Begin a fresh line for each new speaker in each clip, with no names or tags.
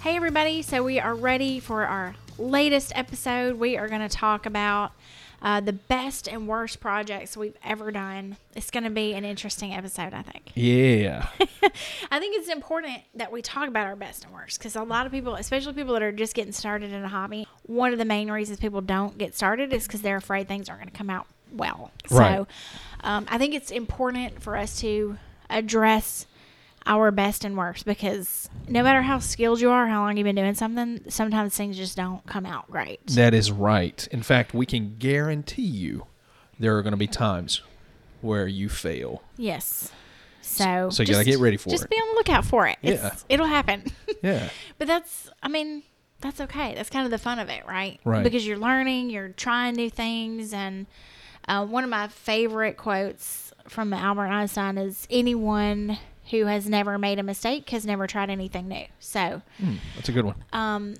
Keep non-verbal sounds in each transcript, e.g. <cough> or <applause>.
Hey, everybody. So, we are ready for our latest episode. We are going to talk about uh, the best and worst projects we've ever done. It's going to be an interesting episode, I think.
Yeah.
I think it's important that we talk about our best and worst because a lot of people, especially people that are just getting started in a hobby, one of the main reasons people don't get started is because they're afraid things aren't going to come out well.
Right.
So um, I think it's important for us to address our best and worst because no matter how skilled you are, how long you've been doing something, sometimes things just don't come out great.
that is right. In fact, we can guarantee you there are going to be times where you fail.
Yes. So,
so you gotta get ready for
just
it.
Just be on the lookout for it. It's,
Yeah.
It'll happen. <laughs>
Yeah.
But that's, I mean, that's okay. That's kind of the fun of it, right?
Right.
Because you're learning, you're trying new things. And uh, one of my favorite quotes from Albert Einstein is anyone who has never made a mistake has never tried anything new. So
Hmm, that's a good one.
um,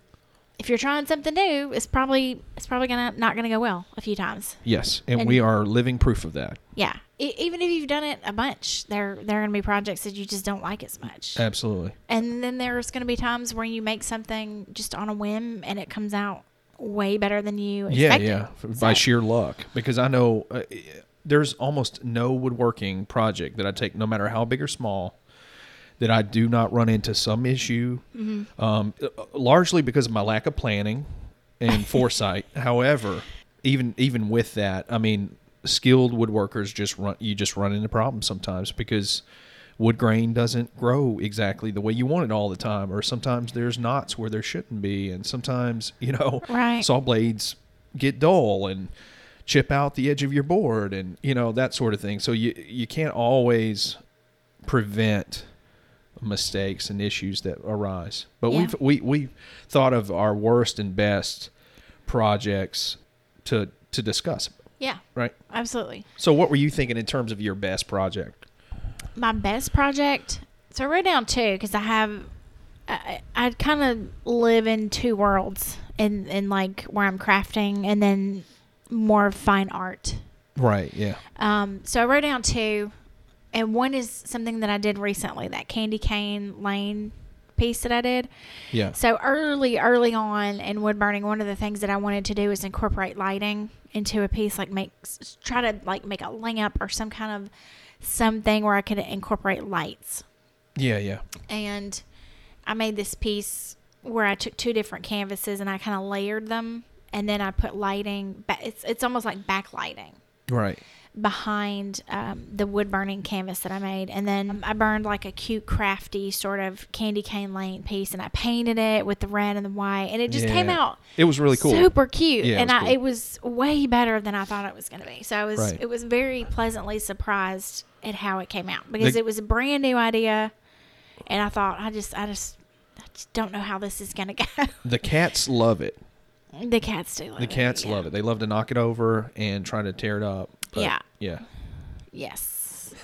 if you're trying something new, it's probably, it's probably gonna not going to go well a few times.
Yes. And,
and-
we are living proof of that.
Yeah. E- even if you've done it a bunch, there, there are going to be projects that you just don't like as much.
Absolutely.
And then there's going to be times where you make something just on a whim and it comes out way better than you
Yeah.
expected.
Yeah. F-
So,
By sheer luck. Because I know uh, there's almost no woodworking project that I take, no matter how big or small, that I do not run into some issue, um, uh, largely because of my lack of planning and foresight. However, even even with that, I mean, skilled woodworkers just run you just run into problems sometimes because wood grain doesn't grow exactly the way you want it all the time, or sometimes there's knots where there shouldn't be, and sometimes <laughs> you know
Right.
saw blades get dull and chip out the edge of your board and you know that sort of thing. So you you can't always prevent mistakes and issues that arise. But
Yeah.
we've we we thought of our worst and best projects to to discuss,
Yeah,
right?
absolutely.
So what were you thinking in terms of your best project?
My best project. So I wrote down two because I have, I, I kind of live in two worlds in, in like where I'm crafting and then more fine art.
Right, yeah.
Um, so I wrote down two, and one is something that I did recently that candy cane lane piece that I did.
Yeah.
So early, early on in wood burning, one of the things that I wanted to do is incorporate lighting into a piece, like make s- try to like make a lamp or some kind of something where I could incorporate lights.
Yeah, yeah.
And I made this piece where I took two different canvases and I kind of layered them, and then I put lighting. ba- It's it's almost like backlighting
Right.
behind um, the wood burning canvas that I made. And then I burned like a cute, crafty sort of candy cane lane piece and I painted it with the red and the white. And it just came
Yeah.
out
It was really cool.
super cute.
Yeah, it
and
was
I,
cool.
it was way better than I thought it was going to be. So I was,
Right.
it was very pleasantly surprised at how it came out because
The-
it was a brand new idea. And I thought, I just, I just, I just don't know how this is going to go. <laughs>
The cats love it.
the cats do. Love
The cats love it. They love to knock it over and try to tear it up. but-
Yeah.
Yeah. <laughs>
Yes.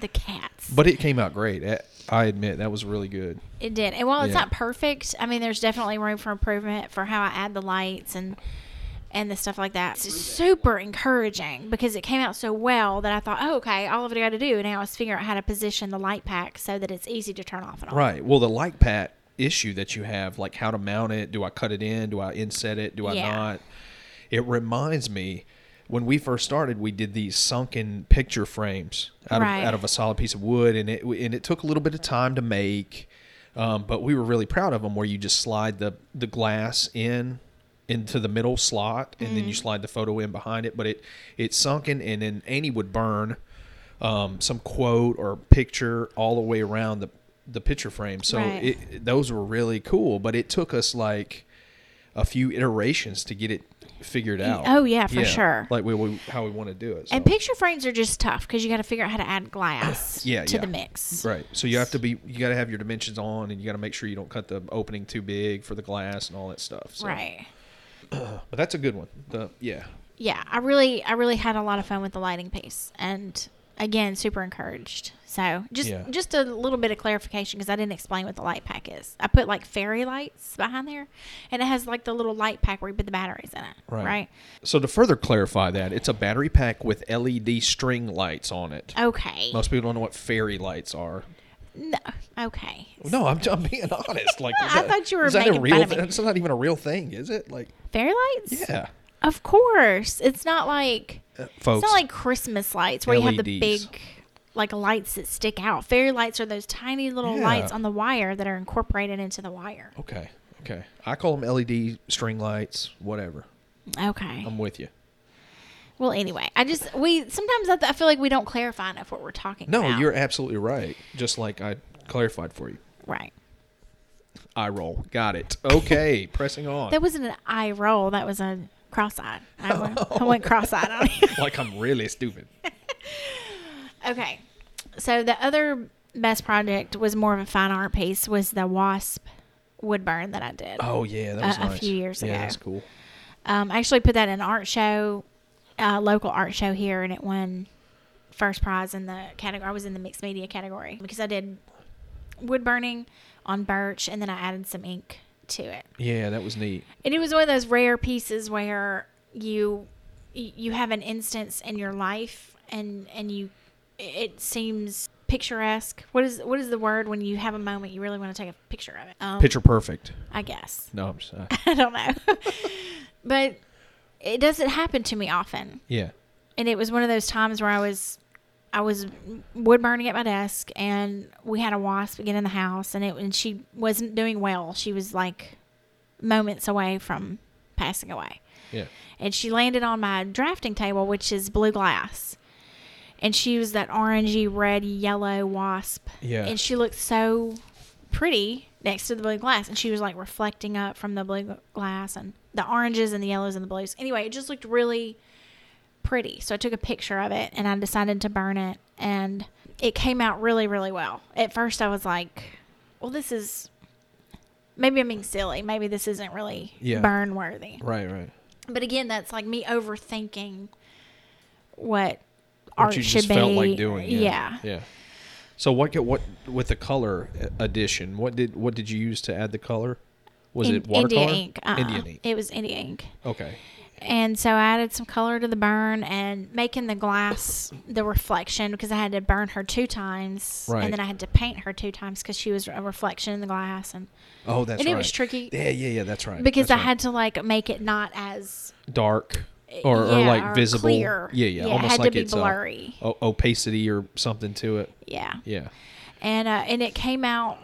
the cats.
But it came out great. I- I admit that was really good.
It did. And while it's
Yeah.
not perfect, I mean, there's definitely room for improvement for how I add the lights and and the stuff like that. It's super encouraging because it came out so well that I thought, oh, okay, all I've got to do now is figure out how to position the light pack so that it's easy to turn off and on.
Right. Well, the light pat issue that you have, like how to mount it, do I cut it in, do I inset it, do I
Yeah.
not? It reminds me when we first started, we did these sunken picture frames out
Right.
of out of a solid piece of wood, and it and it took a little bit of time to make, um, but we were really proud of them. Where you just slide the the glass in into the middle slot, and then you
Mm.
slide the photo in behind it. But it it's sunken, and then Annie would burn um, some quote or picture all the way around the the picture frame. So
Right.
it, those were really cool, but it took us like a few iterations to get it figured out.
oh, yeah, for sure.
Like we, we how we want to do it. so.
And picture frames are just tough because you got to figure out how to add glass
<coughs> Yeah,
to
yeah.
the mix.
Right. So you have to be you got to have your dimensions on and you got to make sure you don't cut the opening too big for the glass and all that stuff. So.
Right.
But that's a good one. The yeah.
Yeah, I really, I really had a lot of fun with the lighting piece, and again, super encouraged. So just,
Yeah.
just a little bit of clarification because I didn't explain what the light pack is. I put like fairy lights behind there, and it has like the little light pack where you put the batteries in it.
Right.
Right.
So to further clarify that, it's a battery pack with LED E string lights on it.
Okay.
Most people don't know what fairy lights are.
No. Okay.
No, I'm, I'm being <laughs> honest. Like, is
I thought you were
is that a
making
real?
fun of
thing?
me.
It's not even a real thing, is it? Like,
Fairy lights?
yeah,
Of course. It's not like
Uh,
it's
folks. E
not like Christmas lights where you have the
LEDs.
big like lights that stick out. Fairy lights are those tiny little
Yeah.
lights on the wire that are incorporated into the wire.
okay, okay. I call them LED string lights. Whatever. Oh.
Okay.
I'm with you.
well, anyway, I just we sometimes I, th- I feel like we don't clarify enough what we're talking
No,
about.
you're absolutely right. Just like I clarified for you.
right.
Eye roll. Got it. Okay, <laughs> pressing on.
That wasn't an eye roll. That was a cross-eyed.
<laughs>
I went, I went cross-eyed on you.
like I'm really stupid.
Okay. So the other best project was more of a fine art piece was the wasp wood burn that I did.
Oh yeah, that was
Uh, a
nice.
few years
yeah,
ago.
that's cool.
Um, I actually put that in an art show, uh, local art show here, and it won first prize in the category. I was in the mixed media category because I did wood burning on birch, and then I added some ink to it.
Yeah, that was neat.
And it was one of those rare pieces where you you have an instance in your life, and and you it seems picturesque. What is what is the word when you have a moment you really want to take a picture of it? Um,
Picture perfect.
I guess. <laughs>
No, I'm just, uh,
I don't know, <laughs> but it doesn't happen to me often.
yeah.
and it was one of those times where I was I was wood burning at my desk and we had a wasp get in the house and it and she wasn't doing well. She was like moments away from passing away.
Yeah.
And she landed on my drafting table which is blue glass. And she was that orangey red yellow wasp.
Yeah.
And she looked so pretty next to the blue glass and she was like reflecting up from the blue gl- glass and the oranges and the yellows and the blues. Anyway, it just looked really pretty. So I took a picture of it and I decided to burn it and it came out really, really well. At first I was like, well, this is maybe I'm being silly. Maybe this isn't really
Yeah.
burn worthy.
Right, right.
But again, that's like me overthinking what,
What
art
you
should
just
be.
felt like doing.
Yeah.
Yeah. Yeah. So what ca- what with the color addition? What did what did you use to add the color? Was
In-
it watercolor?
India ink. Uh-uh.
Indian ink.
It was India ink.
Okay.
And so I added some color to the burn and making the glass the reflection because I had to burn her two times.
Right.
And then I had to paint her two times because she was a reflection in the glass. And
Oh, that's
And
right.
it was tricky.
Yeah, yeah, yeah. That's right.
because I
That's right.
had to like make it not as
dark or, or
Eh, yeah,
like
or
visible.
clear.
Yeah, yeah.
Yeah, it
almost
had to
like
be
it's uh,
blurry.
o- opacity or something to it.
yeah.
Yeah.
And uh, and it came out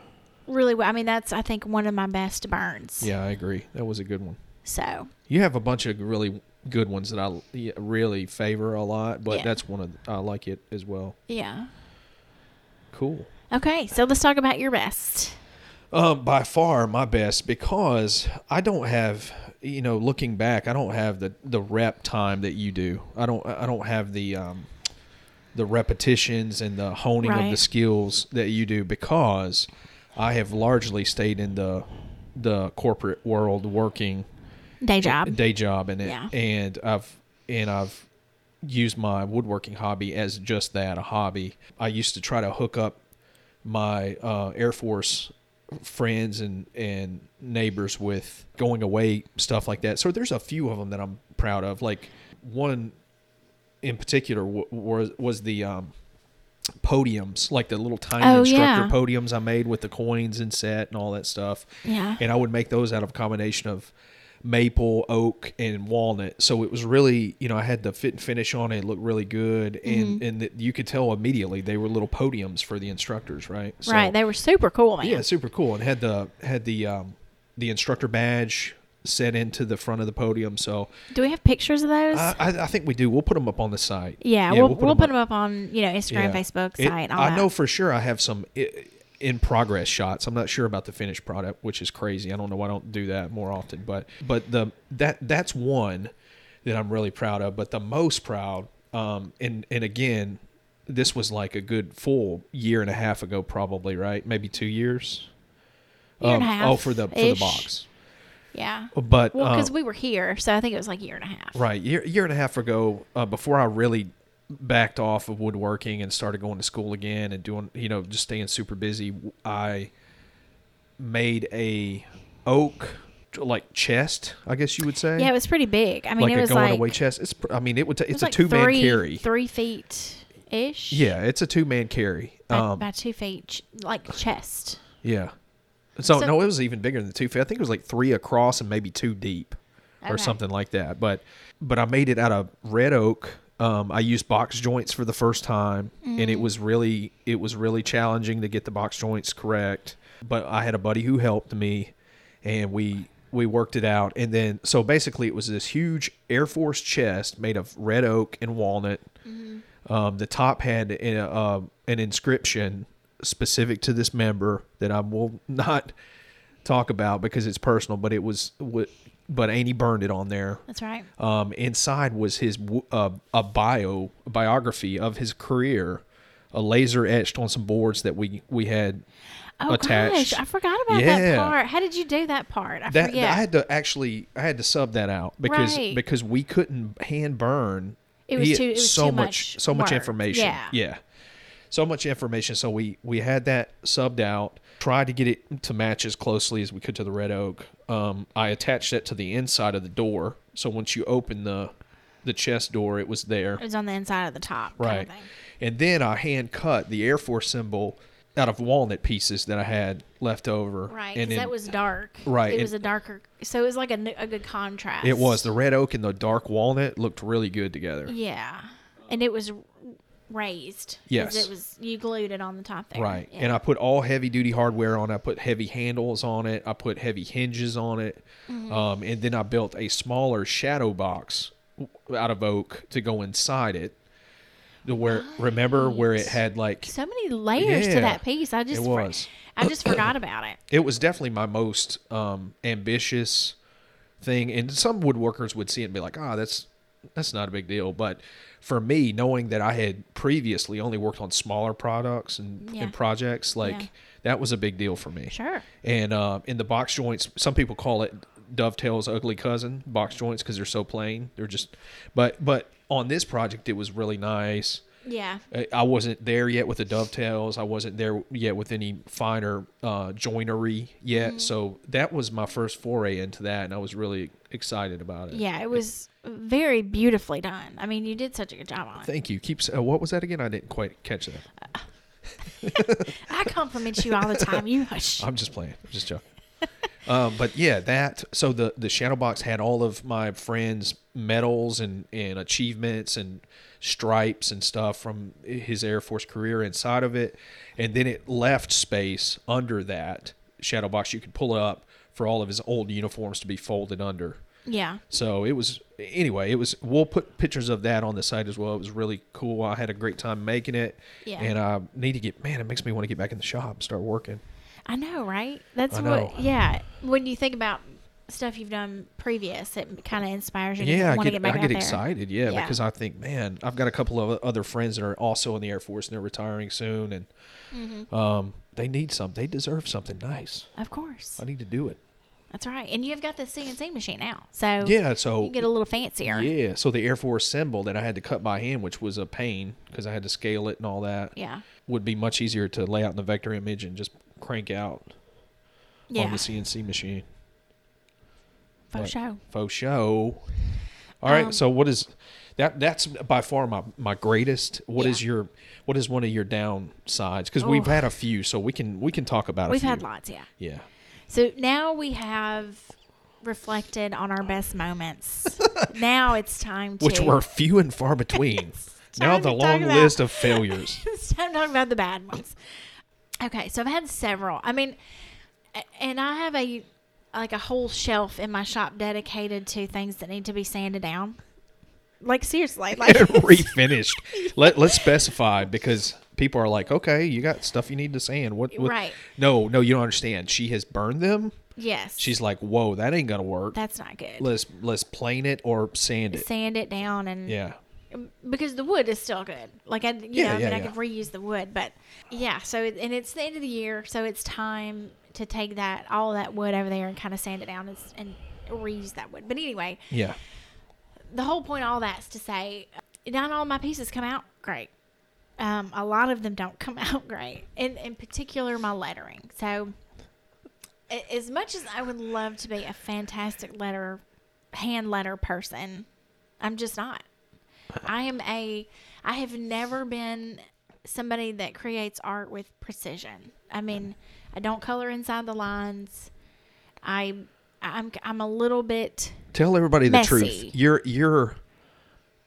really well. I mean, that's I think one of my best burns.
Yeah, I agree. That was a good one.
So
You have a bunch of really good ones that I l- yeah, really favor a lot, but
Yeah.
that's one of the, I like it as well.
yeah.
Cool.
Okay, so let's talk about your best.
Um, by far my best because I don't have you know looking back I don't have the the rep time that you do I don't I don't have the um, the repetitions and the honing of the
Right.
skills that you do because I have largely stayed in the the corporate world working
Day job.
day job in it
Yeah.
and I've and I've used my woodworking hobby as just that a hobby I used to try to hook up my uh, Air Force friends and and neighbors with going away stuff like that so there's a few of them that I'm proud of like one in particular w- was was the um podiums like the little tiny
Oh,
instructor
yeah.
podiums I made with the coins and set and all that stuff
Yeah.
and I would make those out of a combination of maple, oak, and walnut. So it was really, you know, I had the fit and finish on it, it looked really good, and
Mm-hmm.
and that you could tell immediately they were little podiums for the instructors, right? So,
right. They were super cool, man.
yeah, super cool, and had the had the um, the instructor badge set into the front of the podium. So
Do we have pictures of those?
I, I, I think we do. We'll put them up on the site.
yeah, we'll, we'll, put
up.
them up on you know Instagram,
Yeah.
Facebook,
It-
site. all
I
that.
know for sure I have some i- in progress shots. I'm not sure about the finished product, which is crazy. I don't know why I don't do that more often, but but the that that's one that I'm really proud of. But the most proud, um, and and again, this was like a good full year and a half ago, probably right, maybe two years.
Year and a
Um,
half
Oh, for the for the
ish.
box,
Yeah.
but
Well, because
um,
we were here, so I think it was like a year and a half.
Right, year year and a half ago, uh, before I really backed off of woodworking and started going to school again and doing, you know, just staying super busy, I made a oak like chest, I guess you would say.
Yeah, it was pretty big. I mean,
like
it
a
was
going
like
away chest. It's pr- I mean, it would. T-
it
it's
was
a
like
two man
three-
carry.
three feet ish.
Yeah, it's a two man carry.
By,
Um,
by two feet, ch- like chest.
yeah. So,
So-
no, it was even bigger than two feet. I think it was like three across and maybe two deep, or
Okay.
something like that. But but I made it out of red oak. Um, I used box joints for the first time, and it was really it was really challenging to get the box joints correct. But I had a buddy who helped me, and we we worked it out. And then so basically, it was this huge Air Force chest made of red oak and walnut. Um, the top had an, uh, an inscription specific to this member that I will not talk about because it's personal, but it was, wa- but Annie burned it on there.
That's right.
Um, inside was his w- uh, a bio a biography of his career, a laser etched on some boards that we we had
Oh
attached.
gosh, I forgot about
Yeah.
that part. How did you do that part? I
that
forget.
I had to actually I had to sub that out because
Right.
because we couldn't hand burn.
It was
He-
too- it was
so
too
much,
much
so much
work.
information.
Yeah.
so much information. So we we had that subbed out. Tried to get it to match as closely as we could to the red oak. Um, I attached that to the inside of the door. So once you open the the chest door, it was there.
it was on the inside of the top.
Right.
Kind of thing.
And then I hand cut the Air Force symbol out of walnut pieces that I had left over.
Right. Because
And then-
that was dark.
Right,
It
and-
was a darker. So it was like a, n- a good contrast.
It was the red oak and the dark walnut looked really good together.
Yeah. And it was r- raised. 'cause
Yes.
It was you glued it on the top there.
Right.
Yeah.
And I put all heavy duty hardware on. it. I put heavy handles on it. I put heavy hinges on it.
Mm-hmm.
Um, and then I built a smaller shadow box w- out of oak to go inside it. To where remember where it had like
so many layers
Yeah.
to that piece. I just
It
for-
was.
I just forgot about it.
it was definitely my most um, ambitious thing and some woodworkers would see it and be like ah that's that's not a big deal but for me knowing that i had previously only worked on smaller products and,
Yeah.
and projects like
Yeah.
that was a big deal for me
Sure.
and uh, in the box joints some people call it dovetails ugly cousin box joints because they're so plain they're just but but on this project it was really nice
Yeah.
I- I wasn't there yet with the dovetails. I wasn't there yet with any finer uh, joinery yet. So that was my first foray into that, and I was really excited about it.
Yeah. It was very beautifully done. I mean, you did such a good job on it.
Thank you. Keep. s- Uh, what was that again? I didn't quite catch that.
I compliment you all the time. You
<laughs>
hush.
I'm just playing. I'm just joking. um, but yeah, that. So the the shadow box had all of my friends' medals and and achievements and stripes and stuff from his Air Force career inside of it, and then it left space under that shadow box you could pull up for all of his old uniforms to be folded under.
Yeah.
So it was anyway. It was. We'll put pictures of that on the site as well. It was really cool. I had a great time making it.
Yeah.
And I need to get man. It makes me want to get back in the shop and start working.
I know, right? That's
I know.
what. Yeah. When you think about stuff you've done previous, it kind of inspires you.
Yeah,
to
I
want to
get,
get back
I
out
get
there.
excited. Yeah,
Yeah.
because I think, man, I've got a couple of other friends that are also in the Air Force and they're retiring soon, and
Mm-hmm.
um, they need something. They deserve something nice.
Of course,
I need to do it.
that's right. And you've got the CNC machine now, so
Yeah,
you
so
can get a little fancier.
yeah, so the Air Force symbol that I had to cut by hand, which was a pain because I had to scale it and all that,
Yeah.
would be much easier to lay out in the vector image and just crank out on
Yeah.
the CNC machine.
For
Like,
sure.
Faux show. All right.
Um,
so what is that? That's by far my my greatest. What is
Yeah.
your what is one of your downsides? Because we've
Oh.
had a few, so we can we can talk about. a
We've
few.
had lots, yeah.
Yeah.
So now we have reflected on our best
<laughs>
moments. now it's time to <laughs>
Which were few and far between. now
time
the
to talk
long
about- <laughs>
list of failures.
it's time to talk about the bad ones. Okay, so I've had several. I mean, a- and I have a like a whole shelf in my shop dedicated to things that need to be sanded down. Like seriously,
<laughs>
like
Refinished. Let let's specify because people are like, okay, you got stuff you need to sand. What, what?
Right.
No, no, you don't understand. She has burned them.
yes,
She's like, whoa, that ain't gonna work.
that's not good.
let's let's plane it or sand it.
Sand it down and
Yeah.
because the wood is still good. Like I, you
Yeah,
know, I
yeah,
mean, I
yeah.
could reuse the wood, but yeah. So it, and it's the end of the year, so it's time to take that all that wood over there and kind of sand it down and, s- and reuse that wood. But anyway,
Yeah.
the whole point of all that's to say not all my pieces come out great um, a lot of them don't come <laughs> out great in, in particular my lettering so a- as much as i would love to be a fantastic letter hand letter person i'm just not i am a I have never been somebody that creates art with precision. I mean, I don't color inside the lines. I I'm I'm a little bit
Tell everybody the
Messy.
truth. You're you're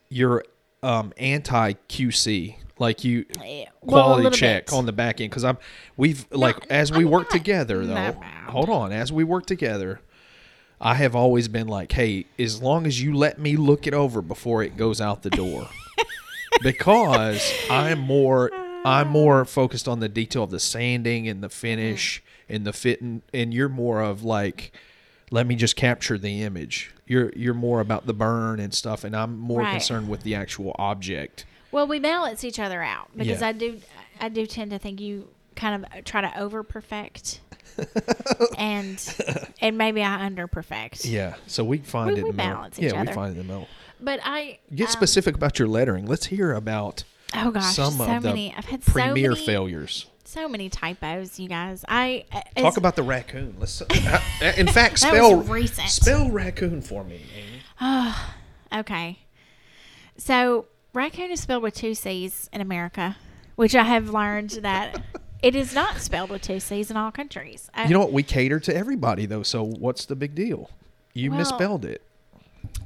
you're um, anti QC, like you
eh, well, a
quality
little
check
bit.
on the back end. Because I'm we've like as we
I'm
work
not
together though.
that bad.
Hold on, as we work together, I have always been like, hey, as long as you let me look it over before it goes out the
<laughs>
door, because I'm more I'm
Ah.
more focused on the detail of the sanding and the finish
Mm.
and the fit, and, and you're more of like. Let me just capture the image. You're you're more about the burn and stuff, and I'm more
Right.
concerned with the actual object.
Well, we balance each other out because
Yeah.
I do I do tend to think you kind of uh, try to over
<laughs>
perfect and and maybe I under perfect.
Yeah, so we find
We-
it
we
in the middle.
balance each
yeah, we
other.
find it in the middle.
But I
Get
um,
specific about your lettering. Let's hear about
Oh gosh,
some
so
of the
many. I've had so
premier
many-
failures.
so many typos, you guys. I uh,
Talk
it's-
about the raccoon. Let's. uh,
<laughs>
in fact,
That
spell
was recent.
spell raccoon for me. Amy.
Okay. So raccoon is spelled with two C's in America, which I have learned
<laughs>
that it is not spelled with two C's in all countries. I,
You know what? We cater to everybody though. So what's the big deal? You
Well,
misspelled it.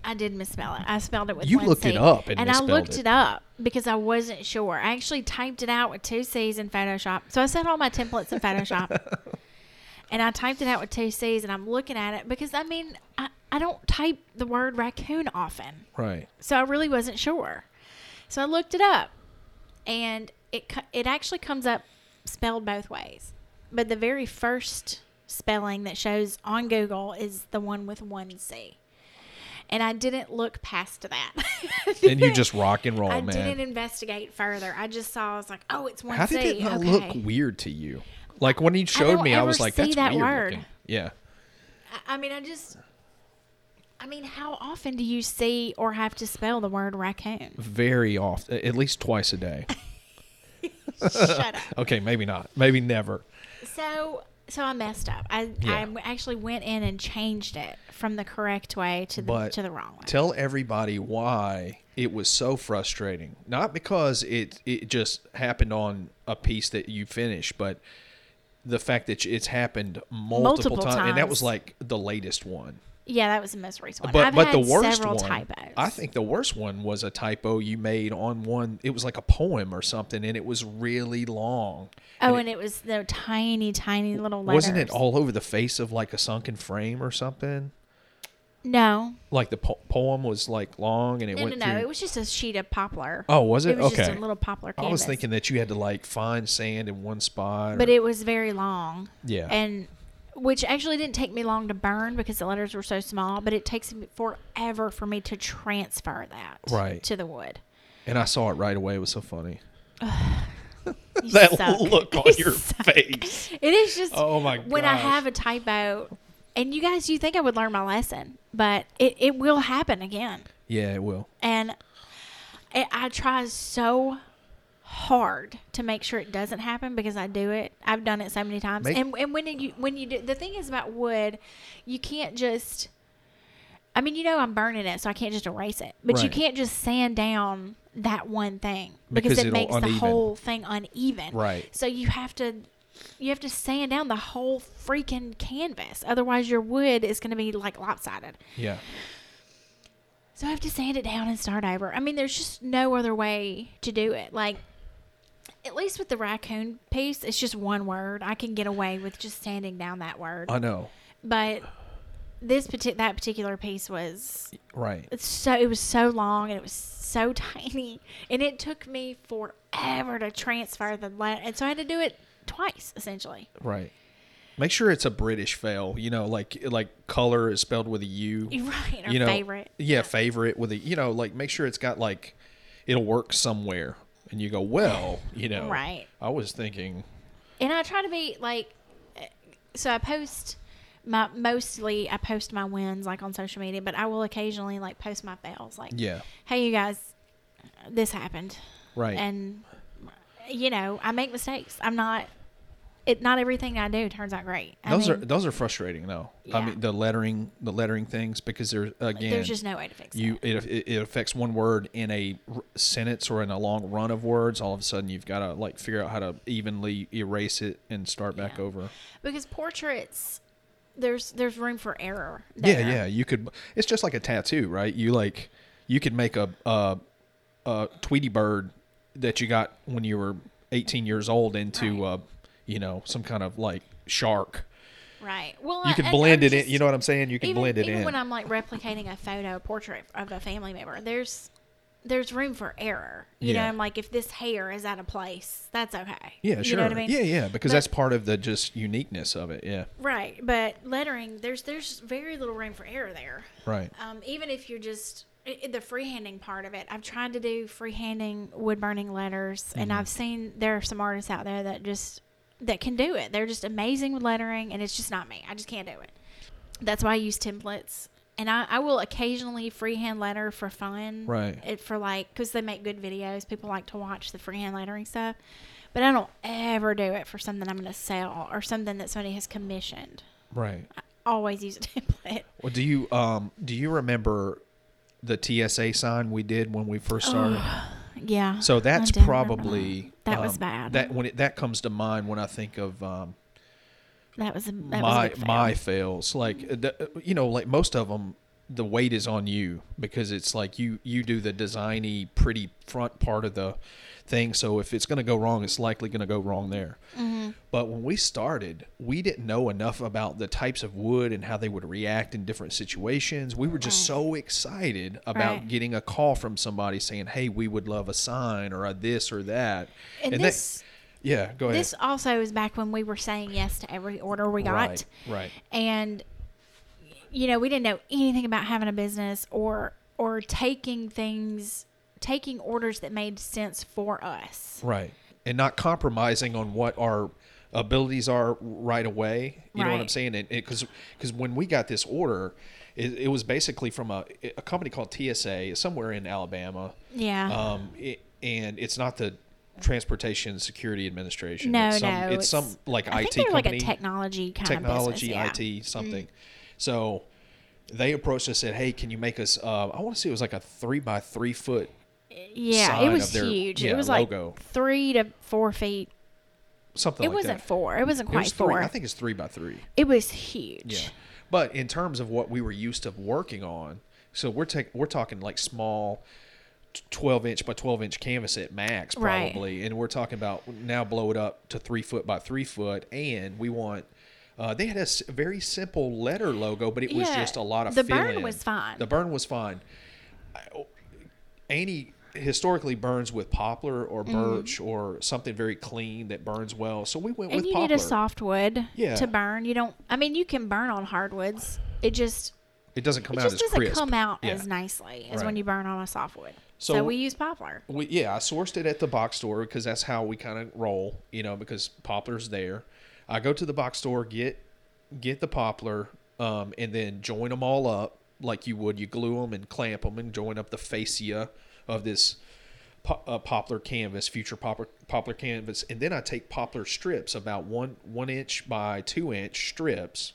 I did misspell it. I spelled it with
You
one
looked it
C.
up and
I
misspelled
looked
it.
it. up because I wasn't sure. I actually typed it out with two C's in Photoshop. So I set all my templates in
<laughs>
Photoshop. And I typed it out with two C's, and I'm looking at it because I mean, I, I don't type the word raccoon often.
Right.
So I really wasn't sure. So I looked it up, and it co- it actually comes up spelled both ways. But the very first spelling that shows on Google is the one with one C. And I didn't look past that.
<laughs> And you just rock and roll,
<laughs> I
man.
didn't investigate further. I just saw I was like, oh, it's one
How
C.
did it not
okay.
look weird to you? Like when you showed
don't
me, I
ever
was like,
see
"That's
that
weird."
word.
looking. Yeah.
I- I mean, I just. I mean, how often do you see or have to spell the word
<laughs>
raccoon?
Very often, at least twice a day.
Shut up.
Okay, maybe not. Maybe never.
So so I messed up. I
Yeah.
I actually went in and changed it from the correct way to the
but
to the wrong way.
Tell everybody why it was so frustrating. Not because it it just happened on a piece that you finished, but the fact that it's happened multiple,
Multiple
times, and that
times.
was like the latest one.
yeah, that was the most recent one.
But
I've
but
had
the worst
several
one,
typos.
I think the worst one was a typo you made on one. It was like a poem or something, and it was really long.
Oh, and it was the tiny, tiny little letters.
Wasn't it all over the face of like a sunken frame or something?
No,
Like the po- poem was like long, and it
no, no,
went
no.
through.
It was just a sheet of poplar.
Oh, was it?
It was just
Okay.
a little poplar. Canvas.
I was thinking that you had to like find sand in one spot.
but
or,
it was very long.
Yeah.
and which actually didn't take me long to burn because the letters were so small. But it takes me forever for me to transfer that
Right.
to the wood.
and I saw it right away. It was so funny.
<sighs> You
<laughs> That
suck. <laughs>
look on
You
your face.
<laughs> It is just
Oh my
when I
gosh.
have a typo, and you guys, you think I would learn my lesson, but it, it will happen again.
Yeah, it will.
And I I try so hard to make sure it doesn't happen because I do it. I've done it so many times.
Make-
and and when you when you do the thing is about wood, you can't just. I mean, you know, I'm burning it, so I can't just erase it. But you
Right.
can't just sand down that one thing because,
Because
it
it'll
makes
uneven.
the whole thing uneven.
Right.
So you have to you have to sand down the whole freaking canvas. Otherwise, your wood is going to be like lopsided.
Yeah.
So I have to sand it down and start over. I mean, there's just no other way to do it. Like, at least with the raccoon piece, it's just one word. I can get away with just sanding down that word.
I know.
but this parti- that particular piece was
Right.
it's so it was so long and it was so <laughs> tiny, and it took me forever to transfer the letter, and so I had to do it twice essentially. <laughs>
Right. Make sure it's a British fail. You know, like like color is spelled with a U.
You're right, our
you know,
favorite.
Yeah, favorite with a you know, like make sure it's got like it'll work somewhere. And you go, well, you know,
Right.
I was thinking,
and I try to be like, eh, so I post my mostly I post my wins like on social media, but I will occasionally like post my fails, like,
yeah,
hey, you guys, this happened,
right,
and you know I make mistakes. I'm not it not everything I do turns out great. I
those are
mean,
those are frustrating though. I
Yeah.
mean the lettering the lettering things because there's again
there's just no way to fix
you
it.
it, it it affects one word in a r- sentence or in a long run of words. All of a sudden you've got to like figure out how to evenly erase it and start back
Yeah.
over.
Because portraits there's there's room for error.
Yeah,
there.
yeah. You could. It's just like a tattoo, right? You like you could make a a, a Tweety bird that you got when you were 18 years old into uh, you know some kind of like shark.
Right. Well,
You could
and
blend
I'm
it
just-
in. You know what I'm saying? You could
even,
blend it
even
in.
when I'm like replicating a photo a portrait of a family member, there's there's room for error. You know,
Yeah.
I'm like if this hair is out of place, that's okay.
yeah, sure.
You know what I mean?
Yeah, yeah. Because
But-
that's part of the just uniqueness of it. Yeah,
Right, but lettering there's there's very little room for error there.
right.
Um, even if you're just i- i- the freehanding part of it, I've tried to do freehanding wood burning letters, and I've seen there are some artists out there that just that can do it. They're just amazing with lettering, and it's just not me. I just can't do it. That's why I use templates, and I, I will occasionally freehand letter for fun,
Right.
It for like because they make good videos. People like to watch the freehand lettering stuff, but I don't ever do it for something I'm going to sell or something that somebody has commissioned.
Right.
I always use a <laughs> template.
Well, do you um do you remember the TSA sign we did when we first started?
Yeah.
So that's
Oh, I do remember
probably
that. That was
um,
bad.
That when it, that comes to mind when I think of um,
That was a, that was a
my
big fail.
my fails. Like uh, the, you know, like most of them, the weight is on you because it's like you you do the designy, pretty front part of the thing. So if it's going to go wrong, it's likely going to go wrong there.
Mm-hmm.
But when we started, we didn't know enough about the types of wood and how they would react in different situations. We were just so excited about
Right.
getting a call from somebody saying, "Hey, we would love a sign or a this or that."
And
that-
this-
yeah, go ahead.
This also is back when we were saying yes to every order we got,
right, right.
and you know we didn't know anything about having a business or or taking things, taking orders that made sense for us.
Right. And not compromising on what our abilities are right away. You know what I'm
Right.
saying? And because because when we got this order, it, it was basically from a a company called TSA somewhere in Alabama.
Yeah.
Um, it, and it's not the Transportation Security Administration.
no,
it's some,
no,
It's, some like
I think
IT
they're
company
like a technology kind
technology,
of business, yeah. Mm-hmm.
IT, something. So they approached us and said, "Hey, can you make us? Uh, I want to see it was like a three by three foot
Yeah,
sign
it
of
was
their-
huge.
yeah,
it was
logo.
like three to four feet.
something.
It
like
wasn't
that.
four. It wasn't
It
quite
was three-
four.
I think it's three by three.
it was huge.
Yeah. But in terms of what we were used to working on, so we're ta- we're talking like small, t- twelve inch by twelve inch canvas at max
Right.
probably, and we're talking about now blow it up to three foot by three foot, and we want. Uh, they had a s- very simple letter logo, but it was
Yeah,
just a lot of
the burn
fill-in.
was fine.
The burn was fine. I- Annie historically burns with poplar or
Mm-hmm.
birch or something very clean that burns well, so we went
and
with
you
poplar.
need a softwood
Yeah.
to burn. You don't. I mean, you can burn on hardwoods. It just
it doesn't come
it
out
just
as
doesn't
crisp.
come out
Yeah.
as nicely as
Right.
when you burn on a softwood. So,
So w-
we use poplar.
we, yeah, I sourced it at the box store because that's how we kind of roll, you know, because poplar's there. I go to the box store, get get the poplar, um, and then join them all up like you would. You glue them and clamp them and join up the fascia of this po- uh, poplar canvas, future poplar poplar canvas, and then I take poplar strips, about one one inch by two inch strips,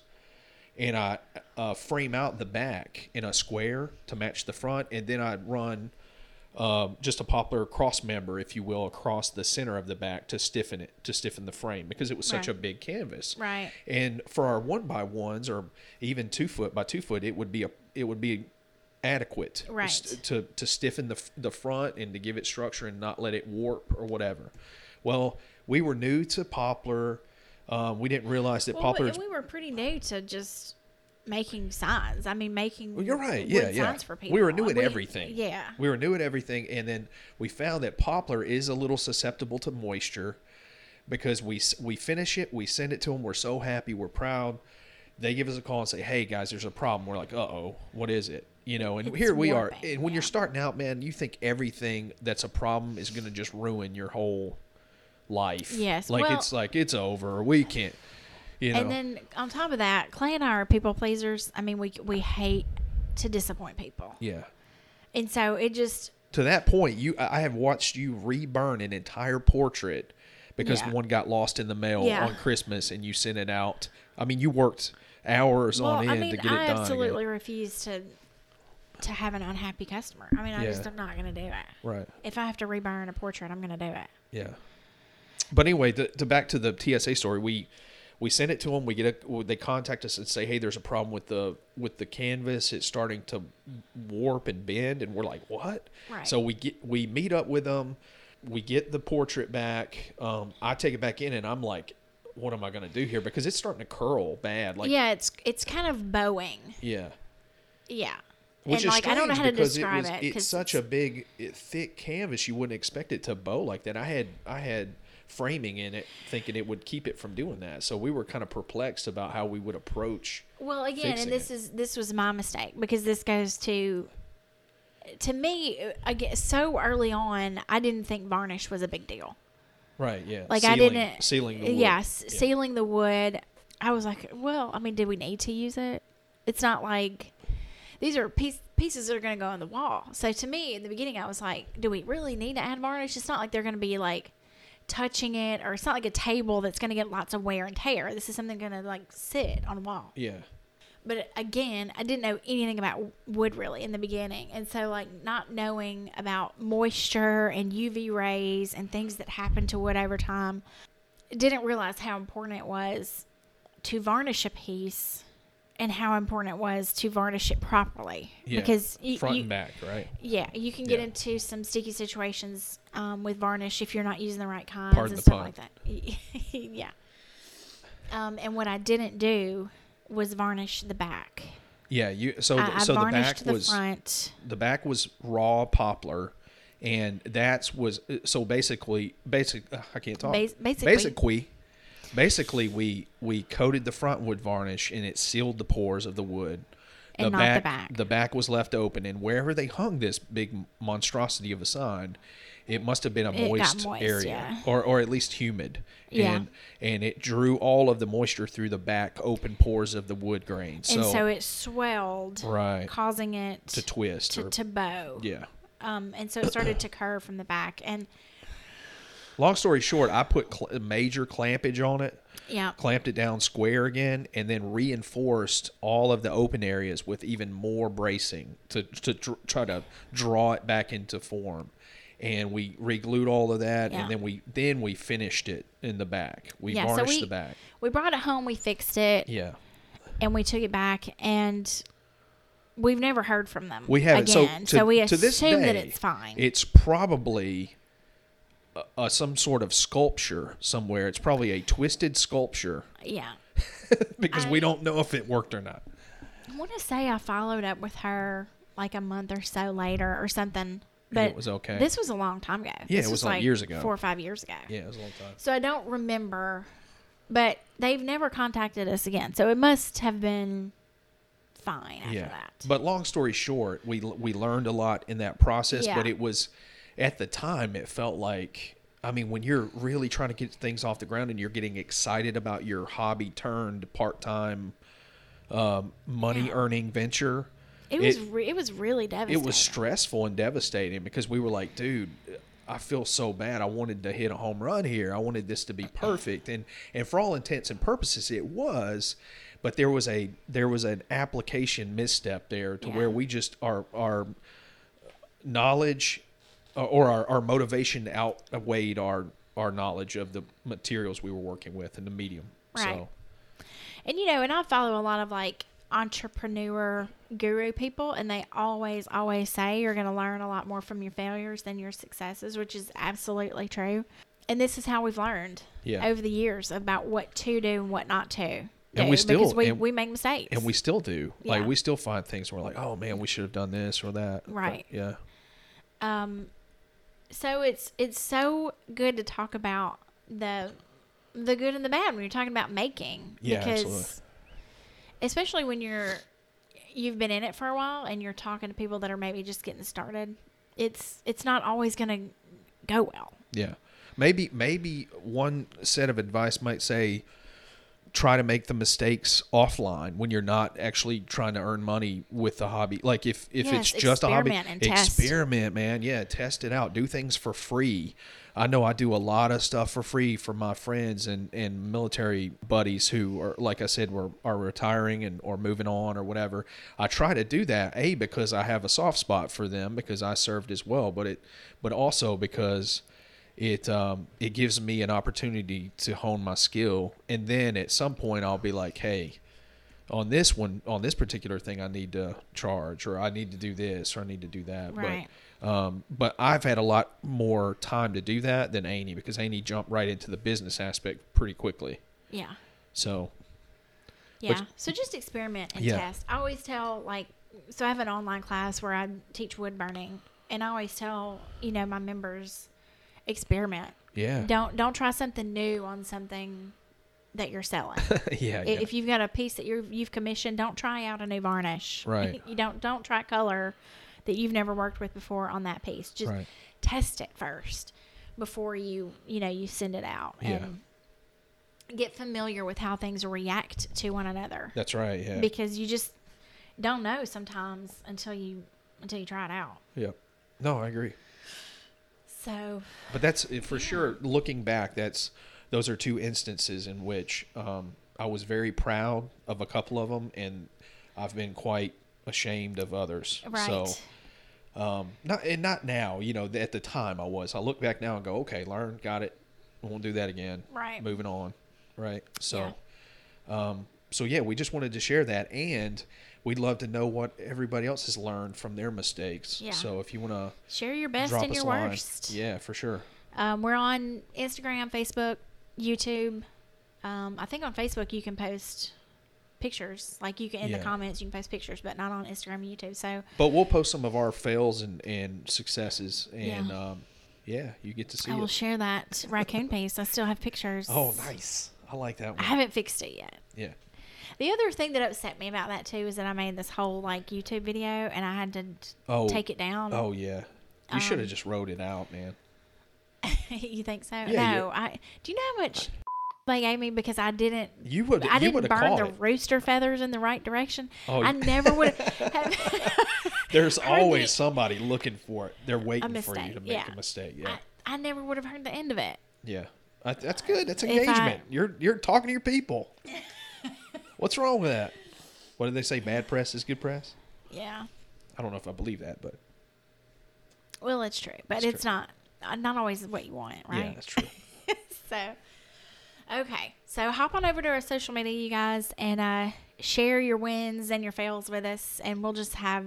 and I uh, frame out the back in a square to match the front, and then I run um, just a poplar cross member, if you will, across the center of the back to stiffen it to stiffen the frame because it was
Right.
such a big canvas.
Right.
And for our one by ones or even two foot by two foot, it would be a it would be adequate
Right.
st- to to stiffen the f- the front and to give it structure and not let it warp or whatever. Well, we were new to poplar. Um, we didn't realize that
Well,
poplar
we,
is
we were pretty new to just making signs. I mean, making.
Well, you're right.
wood
Yeah, yeah.
Signs for people.
We were new at
We-
everything.
Yeah.
we were new at everything, and then we found that poplar is a little susceptible to moisture because we s- we finish it, we send it to them. We're so happy, we're proud. They give us a call and say, "Hey guys, there's a problem." We're like, "Uh oh, what is it?" You know, and
It's
here we are.
warping,
And when you're
yeah.
starting out, man, you think everything that's a problem is going to just ruin your whole life.
Yes,
like
well-
it's like it's over. We can't. You know,
And then on top of that, Clay and I are people pleasers. I mean, we we hate to disappoint people,
yeah.
and so it just
to that point, you I I have watched you reburn an entire portrait because
Yeah.
one got lost in the mail
Yeah.
on Christmas and you sent it out. I mean, you worked hours
well,
on end
I mean,
to get it
I
done.
absolutely refuse to to have an unhappy customer. I mean, I just
Yeah.
am not going to do it.
Right.
If I have to reburn a portrait, I'm going to do it.
Yeah. But anyway, to, to back to the TSA story, we we send it to them. We get a, they contact us and say, "Hey, there's a problem with the with the canvas. It's starting to warp and bend." And we're like, "What?"
Right.
So we get we meet up with them. We get the portrait back. Um, I take it back in, and I'm like, "What am I going to do here?" Because it's starting to curl bad. Like,
yeah, it's it's kind of bowing.
yeah.
Yeah.
Which
and
is
like I don't know
strange
how to
because
describe
it was,
it.
It's
'cause
such a big, it, thick canvas. You wouldn't expect it to bow like that. I had I had framing in it, thinking it would keep it from doing that. So we were kind of perplexed about how we would approach.
Well, again, and
fixing
this
it.
is this was my mistake because this goes to to me uh, again so early on. I didn't think varnish was a big deal.
Right. Yeah.
Like I
Sealing-
didn't
sealing. The wood.
Yes,
Yeah.
sealing the wood. I was like, well, I mean, did we need to use it? It's not like these are piece, pieces that are going to go on the wall. So to me, in the beginning, I was like, do we really need to add varnish? It's not like they're going to be like touching it, or it's not like a table that's going to get lots of wear and tear. This is something going to like sit on a wall.
Yeah.
But again, I didn't know anything about wood really in the beginning. And so, like, not knowing about moisture and UV rays and things that happen to wood over time, didn't realize how important it was to varnish a piece and how important it was to varnish it properly.
Yeah.
Because you,
front
you-
and back, right?
Yeah, you can get
Yeah.
into some sticky situations um, with varnish if you're not using the right kinds
Pardon
and
the
stuff
pun.
like that. <laughs> yeah. Um, and what I didn't do was varnish the back.
Yeah. You. So
I, I
so the back
varnished the
was
front.
the back was raw poplar. And that's was so basically basic. uh, I can't talk.
Bas- basically.
basically, basically we we coated the front wood varnish and it sealed the pores of the wood.
And not the back.
was left open, and wherever they hung this big monstrosity of a sign, it must have been a
It got
moist,
moist,
area,
yeah.
or or at least humid.
Yeah.
And and it drew all of the moisture through the back open pores of the wood grain. So,
and so it swelled,
right
causing it
to twist.
to,
or,
to bow.
yeah.
Um, and so it started to curve from the back. And
Long story short, I put cl- major clampage on it.
yeah,
clamped it down square again, and then reinforced all of the open areas with even more bracing to, to dr- try to draw it back into form. And we re-glued all of that,
Yeah.
and then we then we finished it in the back. We
yeah. So
varnished
we
the back.
we brought it home, we fixed it,
Yeah,
and we took it back, and we've never heard from them.
we haven't. So,
again.
to,
so we assume
to this day,
that it's fine.
It's probably uh, uh, some sort of sculpture somewhere. It's probably a twisted sculpture
yeah.
because
I-
we don't know if it worked or not.
I want to say I followed up with her like a month or so later or something. But
it was okay.
This was a long time ago.
Yeah, it
This
was like years ago.
four or five years ago.
Yeah, it was a long time.
So I don't remember, but they've never contacted us again. So it must have been fine after that.
But long story short, we we learned a lot in that process.
Yeah.
But it was at the time it felt like I mean when you're really trying to get things off the ground and you're getting excited about your hobby turned part time um, money earning venture.
it was re- it was really
it
devastating.
was stressful and devastating because we were like, dude. I feel so bad. I wanted to hit a home run here. I wanted this to be perfect, and and for all intents and purposes, it was. But there was a there was an application misstep there to
Yeah.
where we just our our knowledge or- or our, our motivation outweighed our our knowledge of the materials we were working with and the medium.
Right.
So
and you know, and I follow a lot of like entrepreneur guru people and they always always say you're going to learn a lot more from your failures than your successes which is absolutely true and this is how we've learned
Yeah.
over the years about what to do and what not to and
we still-
because we,
and-
we make mistakes
and we still do like
Yeah.
we still find things where like oh man we should have done this or that. But,
Right.
yeah.
um so it's it's so good to talk about the the good and the bad when you're talking about making
Yeah,
because
absolutely.
especially when you're you've been in it for a while and you're talking to people that are maybe just getting started it's it's not always gonna go well
Yeah. Maybe maybe one set of advice might say try to make the mistakes offline when you're not actually trying to earn money with the hobby. Like if if
Yes,
it's just a hobby,
experiment and test.
experiment, man. Yeah, test it out. Do things for free. I know I do a lot of stuff for free for my friends and, and military buddies who are like I said were are retiring and or moving on or whatever. I try to do that a because I have a soft spot for them because I served as well, but it but also because it um, it gives me an opportunity to hone my skill and then at some point I'll be like, hey, on this one on this particular thing I need to charge or I need to do this or I need to do that.
Right.
But um, but I've had a lot more time to do that than Amy because Amy jumped right into the business aspect pretty quickly.
Yeah.
So
Yeah.
Which-
so just experiment and
Yeah.
test. I always tell like so I have an online class where I teach wood burning and I always tell, you know, my members experiment.
yeah.
Don't don't try something new on something that you're
<laughs>
selling.
<laughs> yeah, yeah.
I- If you've got a piece that you're you've commissioned, don't try out a new varnish. <laughs>
Right.
you don't don't try color that you've never worked with before on that piece. Just
Right.
test it first before you you know you send it out
Yeah.
and get familiar with how things react to one another
That's right, yeah.
because you just don't know sometimes until you until you try it out.
yeah. No, I agree.
So
But that's for sure. Looking back, that's those are two instances in which um, I was very proud of a couple of them, and I've been quite ashamed of others.
right.
So um, not and not now. You know, at the time I was. I look back now and go, okay, learn, got it. Won't do that again.
Right.
Moving on. Right. So.
Yeah.
Um, so yeah, we just wanted to share that, and we'd love to know what everybody else has learned from their mistakes.
Yeah.
So if you want to
Share your best
drop
and
us
your
a line,
worst.
yeah, for sure.
Um, we're on Instagram, Facebook, YouTube. Um, I think on Facebook you can post pictures. Like you can in
Yeah.
the comments you can post pictures, but not on Instagram and YouTube. So
But we'll post some of our fails and, and successes, and
Yeah.
Um, yeah, you get to see
I will
it.
share that raccoon piece. I still have pictures.
oh, nice! I like that
I
one.
haven't fixed it yet.
Yeah,
The other thing that upset me about that too is that I made this whole like YouTube video and I had to t-
Oh.
take it down.
oh yeah. You should have
Um,
just wrote it out, man.
<laughs> you think so?
Yeah,
no. I do you know how much they gave me because I didn't
You would.
I
you would
didn't
have
burn
caught
the
it.
rooster feathers in the right direction.
Oh,
I
you-
never would
<laughs>
have.
There's
heard
always
the-
somebody looking for it. They're waiting for you
mistake,
to make
yeah.
a mistake. Yeah,
I, I never would have heard the end of it.
yeah. I, that's good. That's
If I-
engagement. you're you're talking to your people. <laughs> What's wrong with that? What did they say? Bad press is good press.
Yeah.
I don't know if I believe that, but
Well, it's true, but
It's
it's,
true.
not uh, not always what you want,
yeah,
right?
that's true.
So, okay. So hop on over to our social media, you guys, and uh, share your wins and your fails with us, and we'll just have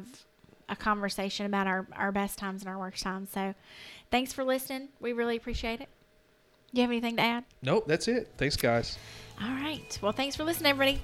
a conversation about our our best times and our worst times. So, thanks for listening. We really appreciate it. Do you have anything to add?
nope, that's it. Thanks, guys.
All right. Well, thanks for listening, everybody.